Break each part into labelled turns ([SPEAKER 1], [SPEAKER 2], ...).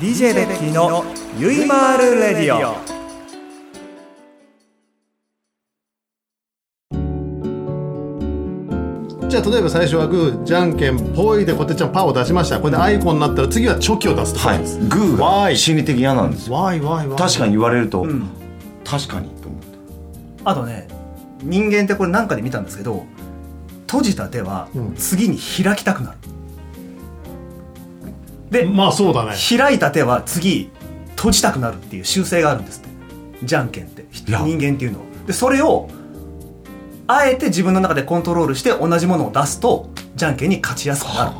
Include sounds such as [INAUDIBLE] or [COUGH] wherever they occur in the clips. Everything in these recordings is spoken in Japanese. [SPEAKER 1] DJ ベッキーのゆいまーるレディオ
[SPEAKER 2] じゃあ例えば最初はグーじゃんけんぽいでこてっちゃんパーを出しましたこれでアイコンになったら次はチョキを出すと
[SPEAKER 3] はい
[SPEAKER 2] です、わ
[SPEAKER 3] グー
[SPEAKER 2] ー
[SPEAKER 3] が
[SPEAKER 2] い
[SPEAKER 3] 心理的嫌なんですよ
[SPEAKER 2] わーいわーいわーい
[SPEAKER 3] 確かに言われると、
[SPEAKER 4] うん
[SPEAKER 3] 確かにと思って
[SPEAKER 4] あとね人間ってこれなんかで見たんですけど閉じた手は
[SPEAKER 2] うん
[SPEAKER 4] 次に開きたくなる、で、
[SPEAKER 2] まあそうだね
[SPEAKER 4] 開いた手は次閉じたくなるっていう習性があるんですってじゃんけんって人
[SPEAKER 3] や
[SPEAKER 4] 間っていうのはでそれをあえて自分の中でコントロールして同じものを出すとじゃんけんに勝ちやすくなる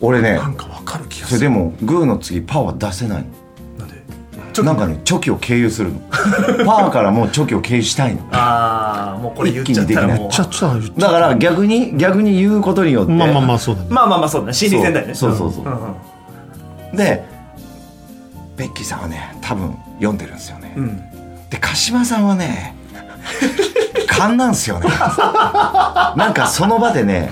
[SPEAKER 3] 俺ね
[SPEAKER 2] なんかわかる気が
[SPEAKER 3] それ
[SPEAKER 2] する
[SPEAKER 3] でもグーの次パーは出せない
[SPEAKER 4] なんで
[SPEAKER 3] のなんかねチョキを経由するの [LAUGHS] パーからもうチョキを経由したいの
[SPEAKER 4] ああもうこれ言っちゃったらもう
[SPEAKER 3] 一気にでき
[SPEAKER 2] ちゃちゃ言っちゃ
[SPEAKER 3] だから逆に逆に言うことによって
[SPEAKER 2] まあまあまあそうだね
[SPEAKER 4] まあまあまあそうだね心理戦だよね
[SPEAKER 3] そうそうそうそうん
[SPEAKER 4] ん
[SPEAKER 3] でベッキーさんはね多分読んでるんですよね、
[SPEAKER 4] うんうん
[SPEAKER 3] で鹿島さんはね勘なんすよねなんかその場でね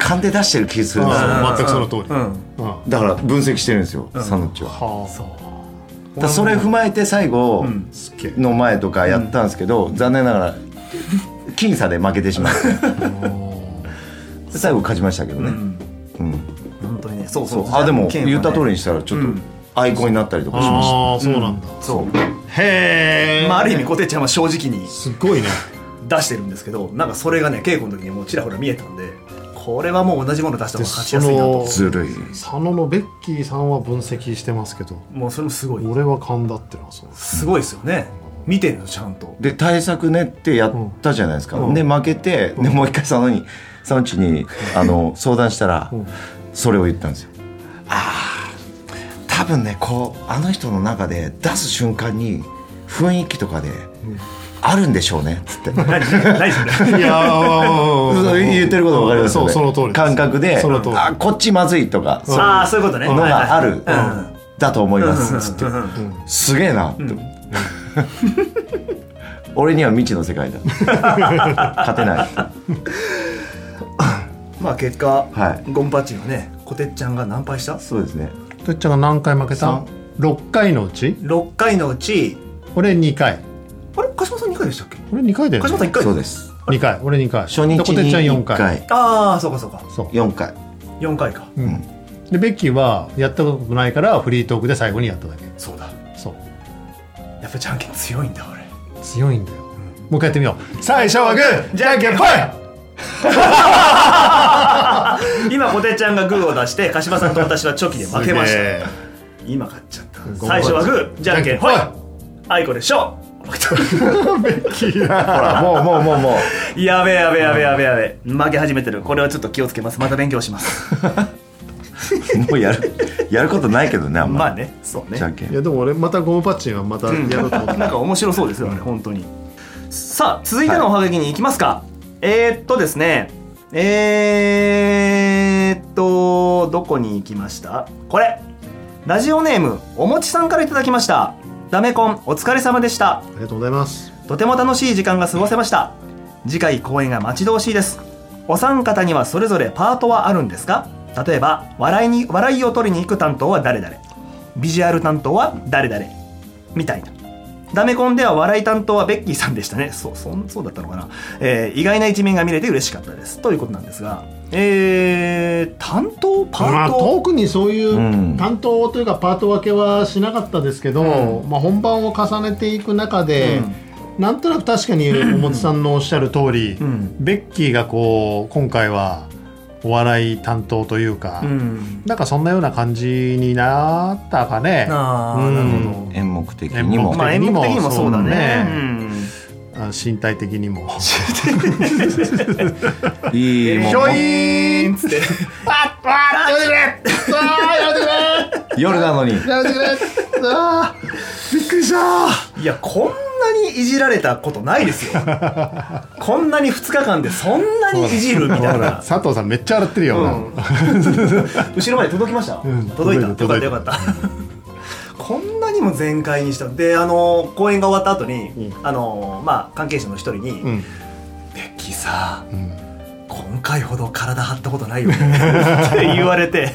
[SPEAKER 3] 勘で出してる気するんですよ
[SPEAKER 2] あー全くその通り
[SPEAKER 4] うん
[SPEAKER 2] うんは
[SPEAKER 3] だから分析してるんですよ
[SPEAKER 4] ん
[SPEAKER 3] サノッチは
[SPEAKER 2] あ
[SPEAKER 3] だからそれ踏まえて最後
[SPEAKER 4] ん
[SPEAKER 2] すっげえ
[SPEAKER 3] の前とかやったんですけど、残念ながら僅差で負けてし
[SPEAKER 4] [LAUGHS]
[SPEAKER 3] まって最後勝ちましたけど
[SPEAKER 4] う
[SPEAKER 3] ね、
[SPEAKER 4] ん
[SPEAKER 3] うん
[SPEAKER 4] 本当にねそう
[SPEAKER 3] そ
[SPEAKER 4] そうう
[SPEAKER 3] あでも
[SPEAKER 4] じゃんけん
[SPEAKER 3] 言
[SPEAKER 4] はね
[SPEAKER 3] った通りにしたらちょっと
[SPEAKER 4] うん
[SPEAKER 3] アイコンになったりとかしました、
[SPEAKER 2] ああそうなんだ
[SPEAKER 4] そう
[SPEAKER 2] へえ
[SPEAKER 4] まあある意味こてちゃんは正直に
[SPEAKER 2] すっごいね
[SPEAKER 4] 出してるんですけどなんかそれがね稽古の時にもうちらほら見えたんでこれはもう同じもの出した方が勝ちやすいなと
[SPEAKER 2] で
[SPEAKER 3] ずるい
[SPEAKER 2] 佐野のベッキーさんは分析してますけど
[SPEAKER 4] もうそれもすごい
[SPEAKER 2] 俺は勘だってのは
[SPEAKER 3] [LAUGHS]
[SPEAKER 2] そう
[SPEAKER 4] すごいですよね見てるのちゃんと
[SPEAKER 3] で対策ねってやったじゃないですか、
[SPEAKER 2] うん
[SPEAKER 3] で負けて、でもう一回佐野に佐野ちにあの相談したら、
[SPEAKER 2] ん
[SPEAKER 3] それを言ったんですよああ多分ねこうあの人の中で出す瞬間に雰囲気とかで、あるんでしょうねっつって
[SPEAKER 4] 何何それ
[SPEAKER 2] いや
[SPEAKER 3] そう [LAUGHS] 言ってること分かりますよ
[SPEAKER 2] そう
[SPEAKER 3] ね
[SPEAKER 2] その通りです
[SPEAKER 3] 感覚で
[SPEAKER 2] その通り
[SPEAKER 3] あこっちまずいとかそう
[SPEAKER 4] ああそういうことね
[SPEAKER 3] いうのがある、
[SPEAKER 4] はいはいうん
[SPEAKER 3] だと思いますっつって
[SPEAKER 4] うんうんうんうん
[SPEAKER 3] すげえなって思って俺には未知の世界だ勝てない
[SPEAKER 4] まあ結果
[SPEAKER 3] はい
[SPEAKER 4] ゴンパッチンはねこてっちゃんが何敗した
[SPEAKER 3] そうですね
[SPEAKER 2] てっちゃんが何回負けた
[SPEAKER 3] 三
[SPEAKER 2] 6回のうち
[SPEAKER 4] 6回のうち
[SPEAKER 2] 俺2回
[SPEAKER 4] あれ鹿島さん2回でしたっけ
[SPEAKER 2] 俺2回だよ
[SPEAKER 4] 鹿島
[SPEAKER 2] ね
[SPEAKER 4] さん1回
[SPEAKER 3] そうです
[SPEAKER 2] 2回俺2回
[SPEAKER 3] 初日に
[SPEAKER 2] でこてっちゃん4
[SPEAKER 3] 1
[SPEAKER 2] 回
[SPEAKER 3] 回
[SPEAKER 4] ああそうかそうか
[SPEAKER 2] そう
[SPEAKER 3] 4回
[SPEAKER 4] 4回か
[SPEAKER 2] うんでベッキーはやったことないからフリートークで最後にやっただけ
[SPEAKER 4] そうだ
[SPEAKER 2] そう
[SPEAKER 4] やっぱじゃんけん強いんだ俺
[SPEAKER 2] 強いんだよ、もう一回やってみよう最初はグーじゃんけんぽい
[SPEAKER 4] 今こてっちゃんがグーを出して鹿島さんと私はチョキで負けました
[SPEAKER 2] た
[SPEAKER 4] 今勝っちゃった
[SPEAKER 2] ん
[SPEAKER 4] 最初はグーじゃんけんほいあいこでしょ
[SPEAKER 3] ほらもうもうもうもう
[SPEAKER 4] [LAUGHS] やべえやべえやべえやべえやべえ負け始めてるこれはちょっと気をつけますまた勉強します [LAUGHS]
[SPEAKER 3] もうやるやることないけどねあん
[SPEAKER 4] ま
[SPEAKER 3] ま
[SPEAKER 4] あねそう
[SPEAKER 3] り
[SPEAKER 4] ね
[SPEAKER 3] じゃんけん
[SPEAKER 2] いやでも俺またゴムパッチンはまたやろうと思 [LAUGHS] って
[SPEAKER 4] なんか面白そうですよね本当にさあ続いてのおはがきに行きますか、えー、っとですねえー、っとどこに行きましたこれラジオネームおもちさんからいただきましたダメコンお疲れ様でした
[SPEAKER 2] ありがとうございます
[SPEAKER 4] とても楽しい時間が過ごせました次回公演が待ち遠しいですお三方にはそれぞれパートはあるんですか例えば笑いに笑いを取りに行く担当は誰々ビジュアル担当は誰々みたいなダメコンでは笑い担当はベッキーさんでしたねそうそんそうだったのかな、えー意外な一面が見れて嬉しかったですということなんですがえー、担当パ
[SPEAKER 2] ま
[SPEAKER 4] ー
[SPEAKER 2] あ、
[SPEAKER 4] ト、
[SPEAKER 2] 特にそういう
[SPEAKER 3] うん
[SPEAKER 2] 担当というかパート分けはしなかったですけど、まあ、本番を重ねていく中で、なんとなく確かにおもつさんのおっしゃる通り、
[SPEAKER 4] うん
[SPEAKER 2] ベッキーがこう今回はお笑い担当というか、
[SPEAKER 4] うん
[SPEAKER 2] なんかそんなような感じになったかね。
[SPEAKER 4] あーなるほど
[SPEAKER 3] 演目的に
[SPEAKER 2] 演
[SPEAKER 3] も
[SPEAKER 2] 目
[SPEAKER 4] まあ演目的にもそうだね
[SPEAKER 2] そうあ身体的に
[SPEAKER 4] [LAUGHS]
[SPEAKER 2] も。
[SPEAKER 3] いいも
[SPEAKER 2] ひょい
[SPEAKER 3] ん
[SPEAKER 2] ーん
[SPEAKER 4] うん、つって
[SPEAKER 2] あっあやめてくれあーやめて
[SPEAKER 3] 夜なのに
[SPEAKER 2] くれやめてくれあーびっくりした
[SPEAKER 4] いや、こんなにいじられたことないです
[SPEAKER 2] [LAUGHS]
[SPEAKER 4] よ。こんなに2日間でそんな [LAUGHS] にいじるみたい
[SPEAKER 2] ほら
[SPEAKER 4] な。
[SPEAKER 2] 佐藤さんめっちゃ洗ってるよ、
[SPEAKER 4] うん、 [LAUGHS] 後ろまで届きました、
[SPEAKER 2] ん
[SPEAKER 4] 届いたよかっ
[SPEAKER 2] 届
[SPEAKER 4] た
[SPEAKER 2] いた
[SPEAKER 4] よかった [LAUGHS] こんなにも全開にしたであの公演が終わった後に、
[SPEAKER 2] う
[SPEAKER 4] あのまあ関係者の一人に、
[SPEAKER 2] うん
[SPEAKER 4] ベッキーさ
[SPEAKER 2] うん
[SPEAKER 4] 今回ほど体張ったことないよねって言われて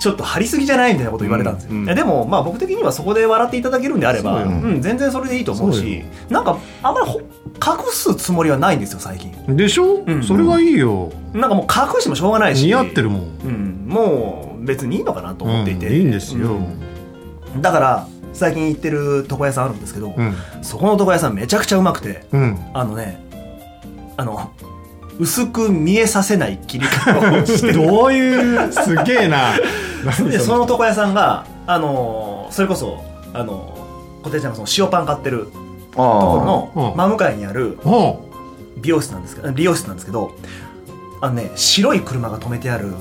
[SPEAKER 4] ちょっと張りすぎじゃないみたいなこと言われたんですよ、
[SPEAKER 2] うんうん
[SPEAKER 4] いやでもまあ僕的にはそこで笑っていただけるんであれば、
[SPEAKER 2] そううよ
[SPEAKER 4] ん、全然それでいいと思う
[SPEAKER 2] そう
[SPEAKER 4] し
[SPEAKER 2] よ
[SPEAKER 4] なんかあんまりほ隠すつもりはないんですよ最近
[SPEAKER 2] でしょ、
[SPEAKER 4] うん
[SPEAKER 2] それはいいよ
[SPEAKER 4] なんかもう隠してもしょうがないし
[SPEAKER 2] 似合ってるもん
[SPEAKER 4] うん、もう別にいいのかなと思っていて、
[SPEAKER 2] うんいいんですよ、
[SPEAKER 4] うんだから最近行ってる床屋さんあるんですけど、
[SPEAKER 2] うん
[SPEAKER 4] そこの床屋さんめちゃくちゃうまくて
[SPEAKER 2] うん
[SPEAKER 4] あのねあの薄く見えさせない切り方をして
[SPEAKER 2] どういうすげえな
[SPEAKER 4] でその床屋さんがあのそれこそあの小手ちゃんがその塩パン買ってるところ
[SPEAKER 3] あ
[SPEAKER 2] ああ
[SPEAKER 4] の真向かいにある
[SPEAKER 2] は
[SPEAKER 4] 美容室なんですけど美容室なんですけどあのね白い車が止めてある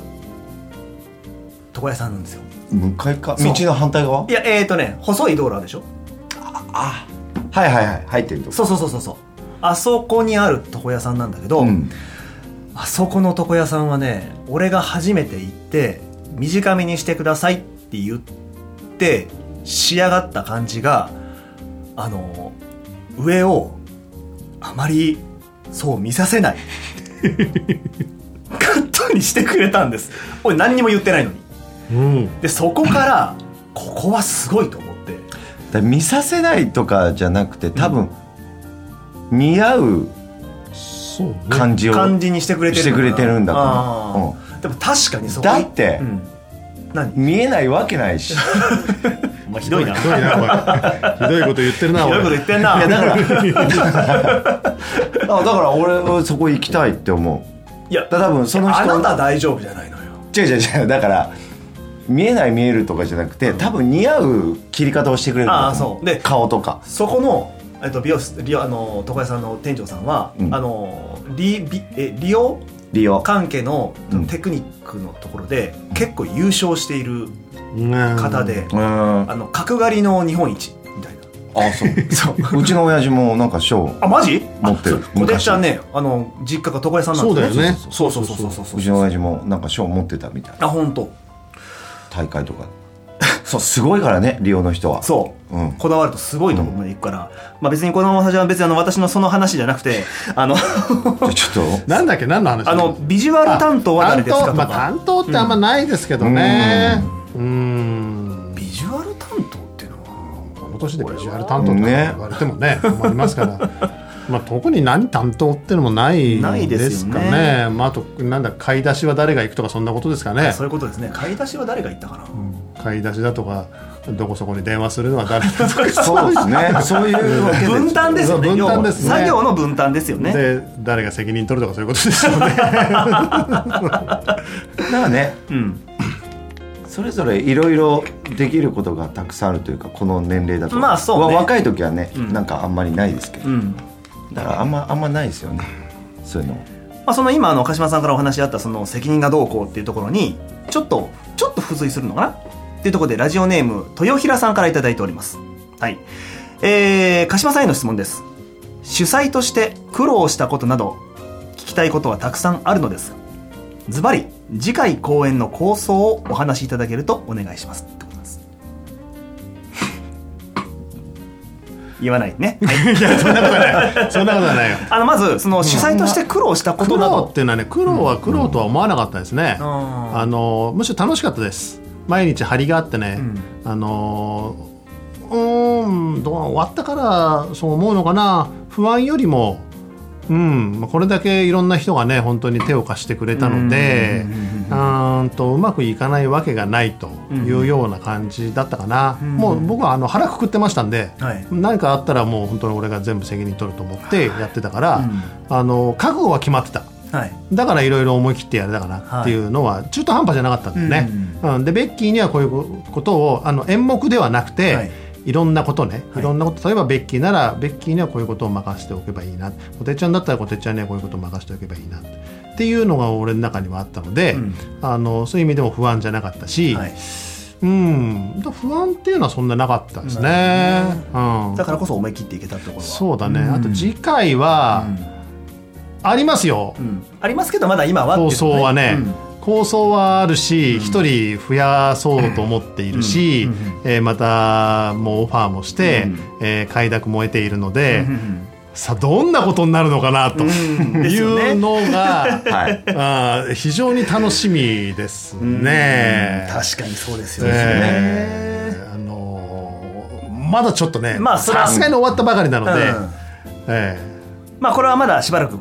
[SPEAKER 4] 床屋さんなんですよ
[SPEAKER 3] あ向かいか
[SPEAKER 4] そう
[SPEAKER 3] 道の反対側
[SPEAKER 4] いやえっ、ー、とね細い道路あるでしょ
[SPEAKER 3] あはいはいはい入ってるとこ
[SPEAKER 4] そうそうそうそうそうあそこにある床屋さんなんだけど、
[SPEAKER 3] うん
[SPEAKER 4] あそこの床屋さんはね俺が初めて行って短めにしてくださいって言って仕上がった感じがあの上をあまりそう見させ
[SPEAKER 3] [LAUGHS]
[SPEAKER 4] ないカットにしてくれたんです俺何にも言ってないのに
[SPEAKER 2] あうん
[SPEAKER 4] でそこからここはすごいと思って
[SPEAKER 3] だから見させないとかじゃなくて多分、似合う
[SPEAKER 2] そうね
[SPEAKER 3] 感じを
[SPEAKER 4] 感じにしてくれてる
[SPEAKER 3] してくれてるんだと思う
[SPEAKER 4] あーでも確かにそこ
[SPEAKER 3] だって
[SPEAKER 4] うん、何
[SPEAKER 3] 見えないわけな
[SPEAKER 4] [LAUGHS]
[SPEAKER 3] いしい
[SPEAKER 4] お前ひどいな
[SPEAKER 2] ひどいな [LAUGHS] おいひどいこと言ってるな
[SPEAKER 4] ひ
[SPEAKER 2] お
[SPEAKER 4] どい
[SPEAKER 2] い
[SPEAKER 4] こと言ってんな
[SPEAKER 3] やだから [LAUGHS] あだから俺はそこ行きたいって思う
[SPEAKER 4] いや
[SPEAKER 3] だから多分その人
[SPEAKER 4] あなた大丈夫じゃないのよ
[SPEAKER 3] 違う違う違うだから見えない見えるとかじゃなくて多分似合う切り方をしてくれるんだと思
[SPEAKER 4] あーそうで
[SPEAKER 3] 顔とか
[SPEAKER 4] そこの、えっと、美容室リオあの床屋さんの店長さんは、
[SPEAKER 3] うん
[SPEAKER 4] あのリビえ利用
[SPEAKER 3] 利用
[SPEAKER 4] 関係の
[SPEAKER 3] うん
[SPEAKER 4] テクニックのところで、結構優勝している方で、
[SPEAKER 3] うーんあ
[SPEAKER 4] あの角刈りの日本一みたいな
[SPEAKER 3] そう
[SPEAKER 4] [LAUGHS]
[SPEAKER 3] うちの親父もなんか賞
[SPEAKER 4] あマジ
[SPEAKER 3] 持ってる
[SPEAKER 4] あそう小手ちゃんねあの実家が床屋さんなんです
[SPEAKER 2] そうだよね
[SPEAKER 4] そうそうそうそうそうそう
[SPEAKER 3] うちの親父もなんか賞持ってたみたいな
[SPEAKER 4] あ本当
[SPEAKER 3] 大
[SPEAKER 4] [LAUGHS]
[SPEAKER 3] 会とかそうすごいからね利用の人は
[SPEAKER 4] そう
[SPEAKER 3] う、うん、
[SPEAKER 4] こだわるとすごいところまで行くから、まあ別にこの話は別にあの私のその話じゃなくてあの
[SPEAKER 3] じゃあちょっ
[SPEAKER 2] なんだっけ何の話
[SPEAKER 4] あのビジュアル担当は誰ですかと
[SPEAKER 2] 担当,、
[SPEAKER 4] か、
[SPEAKER 2] まあ、担当ってあんまないですけどねうん
[SPEAKER 4] ビジュアル担当っていうのは
[SPEAKER 2] この年でビジュアル担当って言われてもね困りますから [LAUGHS] まあ特に何担当ってのもない
[SPEAKER 4] ないで
[SPEAKER 2] ですす
[SPEAKER 4] よ
[SPEAKER 2] か
[SPEAKER 4] ね
[SPEAKER 2] ねまあ、あとなんだ買い出しは誰が行くとかそんなことですかね
[SPEAKER 4] そういうことですね買い出しは誰が言ったかな、
[SPEAKER 2] 買い出しだとかどこそこに電話するのは誰だとか
[SPEAKER 3] とそうですねそういうわけで
[SPEAKER 4] 分担ですよね
[SPEAKER 2] 分担ですね
[SPEAKER 4] 要は作業の分担ですよね
[SPEAKER 2] で誰が責任取るとかそういうことですよね
[SPEAKER 3] なんかね
[SPEAKER 4] うん、
[SPEAKER 3] それぞれいろいろできることがたくさんあるというかこの年齢だと
[SPEAKER 4] まあそうね
[SPEAKER 3] わ若い時はね、
[SPEAKER 4] うん
[SPEAKER 3] なんかあんまりないですけど、
[SPEAKER 4] うん
[SPEAKER 3] だからあんまあんまないですよねそういうの
[SPEAKER 4] まあ、その今あの鹿島さんからお話あったその責任がどうこうっていうところにちょっとちょっと付随するのかなっていうところでラジオネーム豊平さんから頂いいておりますはいえー、鹿島さんへの質問です主催として苦労したことなど聞きたいことはたくさんあるのですがズバリ次回公演の構想をお話しいただけるとお願いしますってことです [LAUGHS] 言わないね、はい
[SPEAKER 2] そんなことはないよ
[SPEAKER 4] あのまずその主催として苦労したこ
[SPEAKER 2] 苦
[SPEAKER 4] とな
[SPEAKER 2] 労
[SPEAKER 4] ど
[SPEAKER 2] っていうのはね苦労は苦労とは思わなかったですね、
[SPEAKER 4] うん
[SPEAKER 2] あのむしろ楽しかったです毎日張りがあってね、
[SPEAKER 4] うん
[SPEAKER 2] あのうーんどう終わったからそう思うのかな不安よりもうんまあこれだけいろんな人がね本当に手を貸してくれたので
[SPEAKER 4] うんうんうんうんうん
[SPEAKER 2] うーんとうまくいかないわけがないというような感じだったかな、
[SPEAKER 4] うん
[SPEAKER 2] もう僕はあの腹くくってましたんで、
[SPEAKER 4] はい
[SPEAKER 2] 何かあったらもう本当に俺が全部責任取ると思ってやってたから、
[SPEAKER 4] うん
[SPEAKER 2] あの覚悟は決まってた。
[SPEAKER 4] はい
[SPEAKER 2] だからいろいろ思い切ってやれたかなっていうのは中途半端じゃなかったんだよね、うんでベッキーにはこういうことをあの演目ではなくて、
[SPEAKER 4] はい
[SPEAKER 2] いろんなことね、
[SPEAKER 4] はい
[SPEAKER 2] い、ろんなこと例えばベッキーならベッキーにはこういうことを任せておけばいいな小手ちゃんだったら小手ちゃんにはこういうことを任せておけばいいなっていうのが俺の中にはあったので、
[SPEAKER 4] うん
[SPEAKER 2] あのそういう意味でも不安じゃなかったし、
[SPEAKER 4] はい
[SPEAKER 2] うんだから不安っていうのはそんななかったですね。うん
[SPEAKER 4] だからこそ思い切っていけたってところは
[SPEAKER 2] そうだね、
[SPEAKER 4] ん
[SPEAKER 2] あと次回は、ありますよ、
[SPEAKER 4] うんありますけどまだ今はってい
[SPEAKER 2] 構
[SPEAKER 4] う
[SPEAKER 2] 想はね、
[SPEAKER 4] うん
[SPEAKER 2] 構想はあるし一、人増やそうと思っているし、
[SPEAKER 4] うん
[SPEAKER 2] えーまたもうオファーもして、
[SPEAKER 4] うん
[SPEAKER 2] えー快諾も得ているので、
[SPEAKER 4] うん
[SPEAKER 2] さあどんなことになるのかなというのが、
[SPEAKER 3] [LAUGHS] はい
[SPEAKER 2] あー非常に楽しみですね。
[SPEAKER 4] 確かにそうですよね、
[SPEAKER 2] えーあのーまだちょっとね、
[SPEAKER 4] まあそれは
[SPEAKER 2] さすがに終わったばかりなの
[SPEAKER 4] う
[SPEAKER 2] で、
[SPEAKER 4] ん
[SPEAKER 2] え
[SPEAKER 4] まあこれはまだしばらく
[SPEAKER 2] ー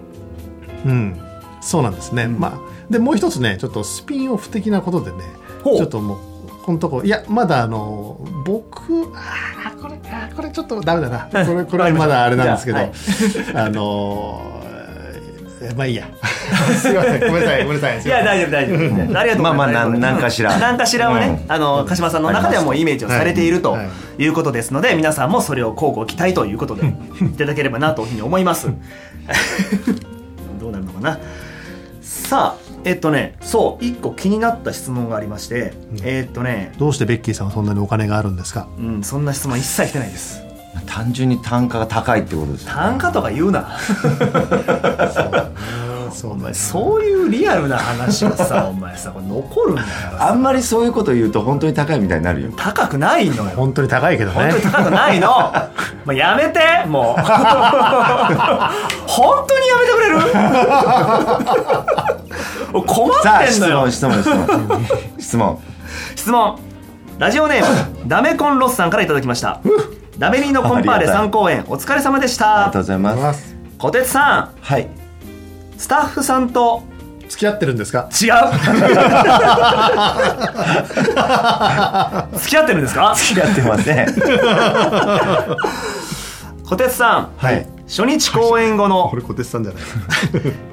[SPEAKER 2] うん、そうなんですね。まあ、でもう一つねちょっとスピンオフ的なことでね
[SPEAKER 4] ほう
[SPEAKER 2] ちょっともうこのとこいやまだあのー僕あーこれあーこれちょっとダメだなこれこれはまだあれなんですけど、
[SPEAKER 4] わ
[SPEAKER 2] あ
[SPEAKER 4] かり
[SPEAKER 2] のーえーまあいいや [LAUGHS] すいませんごめんなさいごめんなさい
[SPEAKER 4] い
[SPEAKER 2] [LAUGHS]
[SPEAKER 4] や大丈夫大丈夫、ありがとうございます
[SPEAKER 3] まあまあなんなんかしら
[SPEAKER 4] 何かしらはね、あの鹿島さんの中ではもうイメージをされていると
[SPEAKER 2] はいはい
[SPEAKER 4] いうことですので、皆さんもそれを交互期待ということでいただければなというふうに思います [LAUGHS] どうなるのかなさあえっとねそう一個気になった質問がありまして、えっとね
[SPEAKER 2] どうしてベッキーさんはそんなにお金があるんですか
[SPEAKER 4] うんそんな質問一切来てないです
[SPEAKER 3] 単純に単価が高いってことですね
[SPEAKER 4] 単価とか言うな
[SPEAKER 2] そう
[SPEAKER 4] お前そういうリアルな話はさお前さこれ残るんだからさ
[SPEAKER 3] あんまりそういうこと言うと本当に高いみたいになるよ
[SPEAKER 4] 高くないのよ
[SPEAKER 2] 本当に高いけど
[SPEAKER 4] 本
[SPEAKER 2] ね
[SPEAKER 4] 当に高くない
[SPEAKER 3] [LAUGHS]
[SPEAKER 4] の。もうやめて、もう。本当にやめてくれる。もう困
[SPEAKER 3] さあ
[SPEAKER 4] ってん
[SPEAKER 3] 質
[SPEAKER 4] のよ
[SPEAKER 3] 問。質問質
[SPEAKER 4] [LAUGHS]
[SPEAKER 3] 問質問
[SPEAKER 4] 質問。ラジオネーム、ダメコンロスさんからいただきました。ダメリーのコンパーレ3公演、お疲れ様でし
[SPEAKER 3] ありが
[SPEAKER 4] た。
[SPEAKER 3] とうございます
[SPEAKER 4] 小鉄さん、
[SPEAKER 3] はい
[SPEAKER 4] スタッフさんと。
[SPEAKER 3] [LAUGHS]
[SPEAKER 2] 付き合ってるんですか
[SPEAKER 4] 違う付き合ってるんですか
[SPEAKER 3] 付き合ってません
[SPEAKER 4] [LAUGHS] 小鉄さん
[SPEAKER 2] はい
[SPEAKER 4] 初日公演後の
[SPEAKER 2] 俺小鉄さんじゃない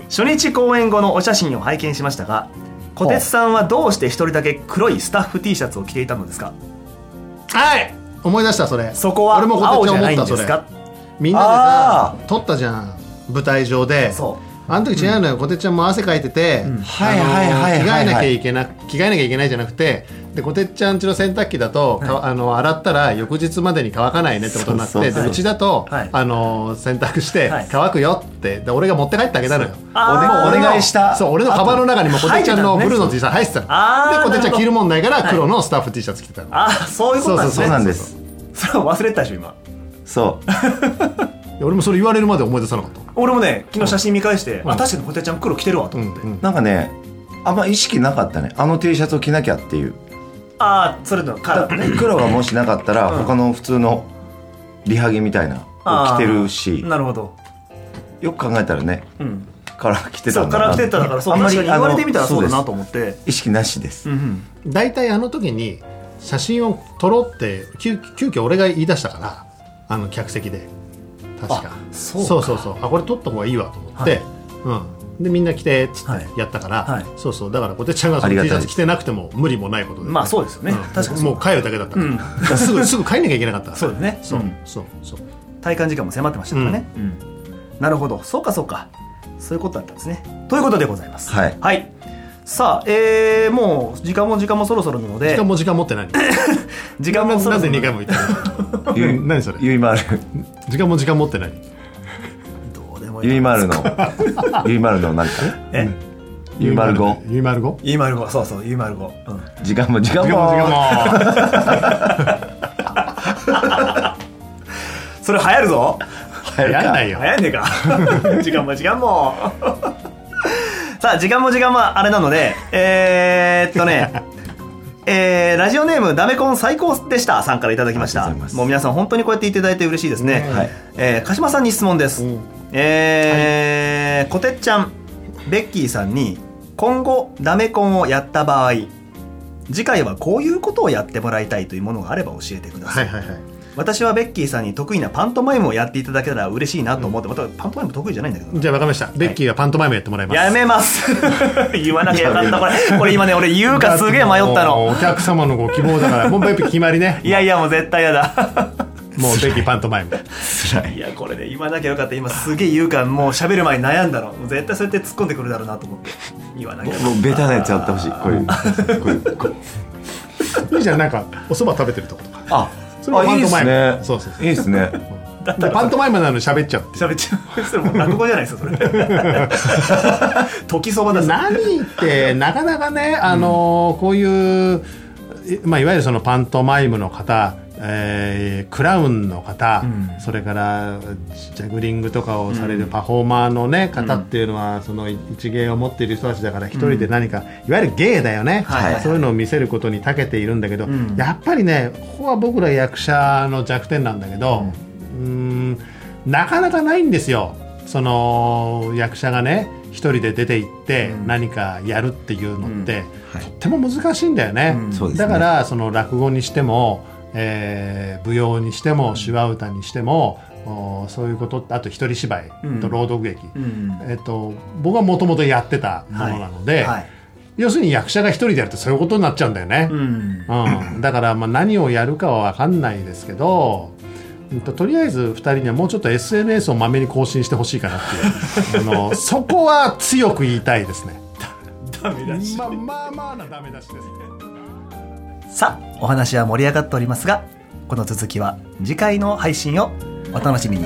[SPEAKER 4] 初日公演後のお写真を拝見しましたが小鉄さんはどうして一人だけ黒いスタッフ T シャツを着ていたのですか
[SPEAKER 2] はい思い出したそれ
[SPEAKER 4] そこは
[SPEAKER 2] 俺も小
[SPEAKER 4] 青
[SPEAKER 2] 鉄
[SPEAKER 4] じゃ
[SPEAKER 2] さん
[SPEAKER 4] ない
[SPEAKER 2] 思
[SPEAKER 4] ん
[SPEAKER 2] った
[SPEAKER 4] で
[SPEAKER 2] そ
[SPEAKER 4] す
[SPEAKER 2] れ
[SPEAKER 4] か
[SPEAKER 2] みんなでさ
[SPEAKER 3] あ
[SPEAKER 2] 撮ったじゃん舞台上で
[SPEAKER 4] そ
[SPEAKER 2] あの時違うのよ小鉄ちゃんも汗かいててあの
[SPEAKER 3] はいはいはい
[SPEAKER 2] 着替
[SPEAKER 3] は
[SPEAKER 2] え
[SPEAKER 3] い
[SPEAKER 2] なき
[SPEAKER 3] は
[SPEAKER 2] ゃ
[SPEAKER 3] い
[SPEAKER 2] いけな着替えなきゃいけないじゃなくてで小鉄ちゃんちの洗濯機だとかあの洗ったら翌日までに乾かないねってことになっ
[SPEAKER 3] そうそ
[SPEAKER 2] て
[SPEAKER 3] うそ
[SPEAKER 2] で
[SPEAKER 3] う
[SPEAKER 2] うちだと
[SPEAKER 4] はい
[SPEAKER 2] あの洗濯して
[SPEAKER 4] はい
[SPEAKER 2] 乾くよってで俺が持って帰ってあげたのよ
[SPEAKER 4] あー
[SPEAKER 3] おでお願いした
[SPEAKER 2] そう俺のカバンの中にも小手ちゃんのブルーの T シャツ入ってた
[SPEAKER 4] あー
[SPEAKER 2] ので小手ちゃん着るもんないから黒のスタッフ T シャツ着てたの
[SPEAKER 4] ああそういうことなんです
[SPEAKER 3] そ
[SPEAKER 4] ね
[SPEAKER 3] う
[SPEAKER 4] そ
[SPEAKER 3] なんです
[SPEAKER 4] れは忘れてたでしょ今
[SPEAKER 3] そ
[SPEAKER 2] い
[SPEAKER 3] う
[SPEAKER 2] や俺もそれ言われるまで思い出さなかった
[SPEAKER 4] 俺もね昨日写真見返して、あ確かにホテちゃん黒着てるわと思って、
[SPEAKER 3] なんかねあんま意識なかったねあの T シャツを着なきゃっていう
[SPEAKER 4] ああそれのカラーのね
[SPEAKER 3] 黒がもしなかったら他の普通のリハ着みたいな
[SPEAKER 4] あ
[SPEAKER 3] の
[SPEAKER 4] ー
[SPEAKER 3] 着てるし
[SPEAKER 4] なるほど、
[SPEAKER 3] よく考えたらね
[SPEAKER 4] うん、
[SPEAKER 3] カラー着て
[SPEAKER 4] そ
[SPEAKER 3] たん
[SPEAKER 4] うカ
[SPEAKER 3] だな
[SPEAKER 4] ラー着てただからそう
[SPEAKER 3] あんま
[SPEAKER 4] 確
[SPEAKER 3] り
[SPEAKER 4] かに言われてみたらそうだ
[SPEAKER 3] あ
[SPEAKER 4] な
[SPEAKER 3] の
[SPEAKER 4] と思って
[SPEAKER 3] 意識なしです
[SPEAKER 4] うんうん
[SPEAKER 2] 大体あの時に写真を撮ろうって急急遽俺が言い出したからあの客席で確か
[SPEAKER 4] あそうか
[SPEAKER 2] そうそうそうあこれ撮った方がいいわと思って、うん、でみんな着てっつっ
[SPEAKER 4] は
[SPEAKER 2] て
[SPEAKER 4] い
[SPEAKER 2] やったから、
[SPEAKER 4] はい
[SPEAKER 2] そうそうだから小手ちゃんがその
[SPEAKER 3] ありが
[SPEAKER 2] T
[SPEAKER 3] たい
[SPEAKER 2] シャ
[SPEAKER 3] です
[SPEAKER 2] ツ着てなくても無理もないことで、
[SPEAKER 4] まあそうですよね、
[SPEAKER 2] うん
[SPEAKER 4] 確かにそう
[SPEAKER 2] もう帰るだけだったから、
[SPEAKER 4] うん
[SPEAKER 2] だからすぐ [LAUGHS] すぐ帰んなきゃいけなかった
[SPEAKER 4] そうだね
[SPEAKER 2] そう,、
[SPEAKER 4] うん
[SPEAKER 2] そうそう
[SPEAKER 4] 体感時間も迫ってましたからね、うんなるほどそうかそうかそういうことだったんですねということでございます
[SPEAKER 3] はい
[SPEAKER 4] さあえー、もう時間も時間もそろそろなので
[SPEAKER 2] 時間も時間持ってない
[SPEAKER 4] 時間もそろ
[SPEAKER 2] な
[SPEAKER 4] そろ
[SPEAKER 2] ぜ2回も言ったのうん [LAUGHS] 何それ
[SPEAKER 3] ゆいまる
[SPEAKER 2] 時間も時間持ってない
[SPEAKER 4] どうでもいい
[SPEAKER 3] ゆいまるのゆいまるのなんか
[SPEAKER 4] え
[SPEAKER 3] ゆいまる語
[SPEAKER 2] ゆいまる語
[SPEAKER 4] ゆいまるごそうそうゆいまるご、うん、
[SPEAKER 3] 時間も時間も
[SPEAKER 2] 時間も時間も
[SPEAKER 4] それ流行るぞ
[SPEAKER 3] やるか
[SPEAKER 2] やんないよ
[SPEAKER 4] 流行んねえ
[SPEAKER 3] [LAUGHS]
[SPEAKER 4] か時間も時間も [LAUGHS] さあ時間も時間もあれなのでえー、っとねえーラジオネームダメコン最高でしたさんからいただきまし
[SPEAKER 3] あ
[SPEAKER 4] た
[SPEAKER 3] りがとうございます
[SPEAKER 4] もう皆さん本当にこうやっていただいて嬉しいですね、
[SPEAKER 3] はい
[SPEAKER 4] えー鹿島さんに質問です、
[SPEAKER 2] うん
[SPEAKER 4] えーこてっちゃんベッキーさんに今後ダメコンをやった場合次回はこういうことをやってもらいたいというものがあれば教えてくださ、
[SPEAKER 2] はいいはいはい
[SPEAKER 4] 私はベッキーさんに得意なパントマイムをやっていただけたら嬉しいなと思って、またパントマイム得意じゃないんだけどな
[SPEAKER 2] じゃあ分かりました。ベッキーがパントマイムやってもらいます。
[SPEAKER 4] やめます [LAUGHS] 言わなきゃよか [LAUGHS] ったこれこれ今ね俺言うかすげえ迷った
[SPEAKER 2] もう
[SPEAKER 4] の
[SPEAKER 2] お客様のご希望だから、もうベッキー決まりね。
[SPEAKER 4] [LAUGHS] いやいやもう絶対やだ
[SPEAKER 2] もうベッキーパントマイム。
[SPEAKER 3] 辛
[SPEAKER 4] い
[SPEAKER 3] い
[SPEAKER 4] やこれね言わなきゃよかった今すげえ言うかもう喋る前に悩んだのもう絶対そうやって突っ込んでくるだろうなと思って言わなきゃよかった
[SPEAKER 3] もうベタなやつやってほしいこう
[SPEAKER 2] [LAUGHS]
[SPEAKER 3] いうこういうこう
[SPEAKER 2] いいじゃん、なんか、お蕎麦食べてるとことか。
[SPEAKER 3] あ
[SPEAKER 2] それも
[SPEAKER 3] あいいで
[SPEAKER 2] パント
[SPEAKER 3] す
[SPEAKER 2] マイ
[SPEAKER 3] ね
[SPEAKER 2] ムそうそうそう
[SPEAKER 3] いいですね
[SPEAKER 2] でパントマイムなのに喋っちゃうって
[SPEAKER 4] 喋っちゃう。それもう落語じゃないです [LAUGHS] か、それ。時そばだ
[SPEAKER 2] いう。
[SPEAKER 4] し。
[SPEAKER 2] 何って、なかなかね、あのーこういう、いまあ、いわゆるそのパントマイムの方えークラウンの方、
[SPEAKER 4] うん
[SPEAKER 2] それからジャグリングとかをされるパフォーマーの、ね方っていうのはその一芸を持っている人たちだから一人で何か、いわゆる芸だよね、
[SPEAKER 4] はい
[SPEAKER 2] そういうのを見せることに長けているんだけど、
[SPEAKER 4] ん
[SPEAKER 2] やっぱりねここは僕ら役者の弱点なんだけど、うーんなかなかないんですよその役者がね一人で出て行って何かやるっていうのって、
[SPEAKER 3] うんはい
[SPEAKER 2] とっても難しいんだよね。
[SPEAKER 4] うん
[SPEAKER 3] そうですね
[SPEAKER 2] だからその落語にしても、えー舞踊にしても手話歌にしても、おそういうことあと一人芝居
[SPEAKER 4] うん
[SPEAKER 2] と朗読劇、
[SPEAKER 4] うん
[SPEAKER 2] えっと僕はもともとやってたものなので、
[SPEAKER 4] はい
[SPEAKER 2] 要するに役者が一人でやるとそういうことになっちゃうんだよね。
[SPEAKER 4] うん
[SPEAKER 2] うん、だからまあ何をやるかは分かんないですけど、うんと、とりあえず2人にはもうちょっと SNS をまめに更新してほしいかなっていうあ
[SPEAKER 4] [LAUGHS]
[SPEAKER 2] のそこは強く言いたいですね。
[SPEAKER 4] ダメだ
[SPEAKER 2] まあまあまあなダメ出しですね。
[SPEAKER 4] さあお話は盛り上がっておりますがこの続きは次回の配信をお楽しみに